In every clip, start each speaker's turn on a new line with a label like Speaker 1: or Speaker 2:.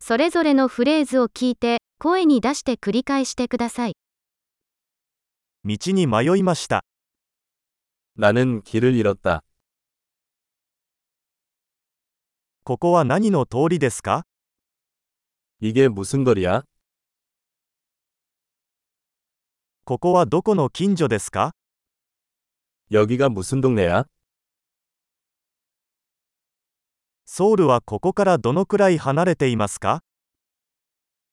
Speaker 1: それぞれのフレーズを聞いて、声に出して繰り返してください。
Speaker 2: 道に迷いました。
Speaker 3: 나는 길을 잃었다.
Speaker 2: ここは何の通りですか
Speaker 3: 이게 무슨 거리야?
Speaker 2: ここはどこの近所ですか
Speaker 3: 여기가 무슨 동네야?
Speaker 2: ソウルはここからどのくらい離れていますか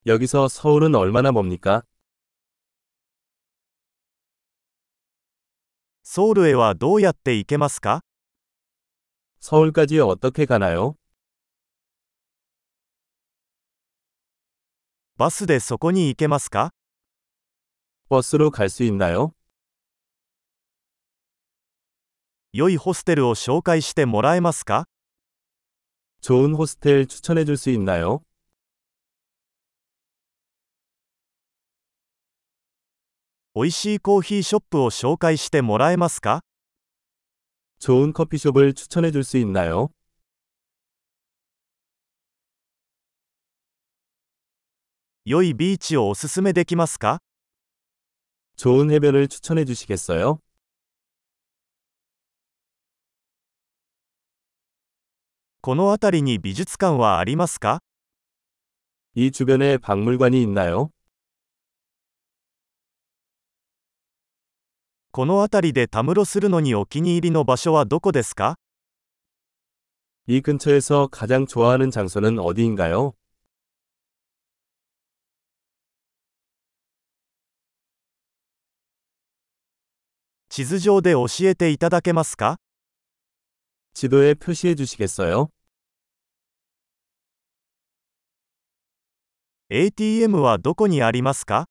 Speaker 3: 여기서 서울은 얼마나 멉니까?
Speaker 2: ソウルへはどうやって行けますか
Speaker 3: 서울까지 어떻게 가나요?
Speaker 2: バスでそこに行けますか
Speaker 3: 버스로 갈 수 있나요?
Speaker 2: 良いホステルを紹介してもらえますか
Speaker 3: 좋은 호스텔 추천해 줄 수 있나요?
Speaker 2: 美味しいコーヒーショップを紹介してもらえますか
Speaker 3: 좋은 커피숍을 추천해 줄 수 있나요?
Speaker 2: 良いビーチをおすすめできますか
Speaker 3: 좋은 해변을 추천해 주시겠어요?
Speaker 2: この辺りに美術館はありますか
Speaker 3: 이 주변에 박물관이 있나요?
Speaker 2: この辺りでたむろするのにお気に入りの場所はどこですか
Speaker 3: 이 근처에서 가장 좋아하는 장소는 어디인가요?
Speaker 2: 地図上で教えていただけますか
Speaker 3: 지도에 표시해 주시겠어요?
Speaker 2: ATM はどこにありますか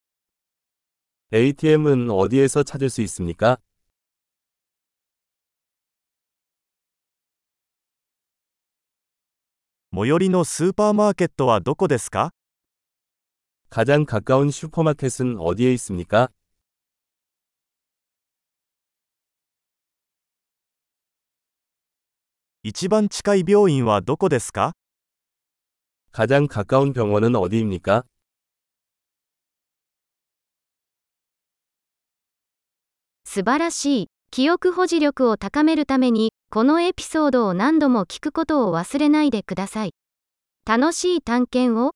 Speaker 3: ATM은 어디에서 찾을 수 있습니까?
Speaker 2: 最寄りのスーパーマーケットはどこですか
Speaker 3: 가장 가까운 슈퍼마켓은 어디에 있습니까?
Speaker 2: 一番近い病院はどこですか
Speaker 3: 가장 가까운 병원은 어디입니까?
Speaker 1: 素晴らしい。記憶保持力を高めるために、このエピソードを何度も聞くことを忘れないでください。楽しい探検を。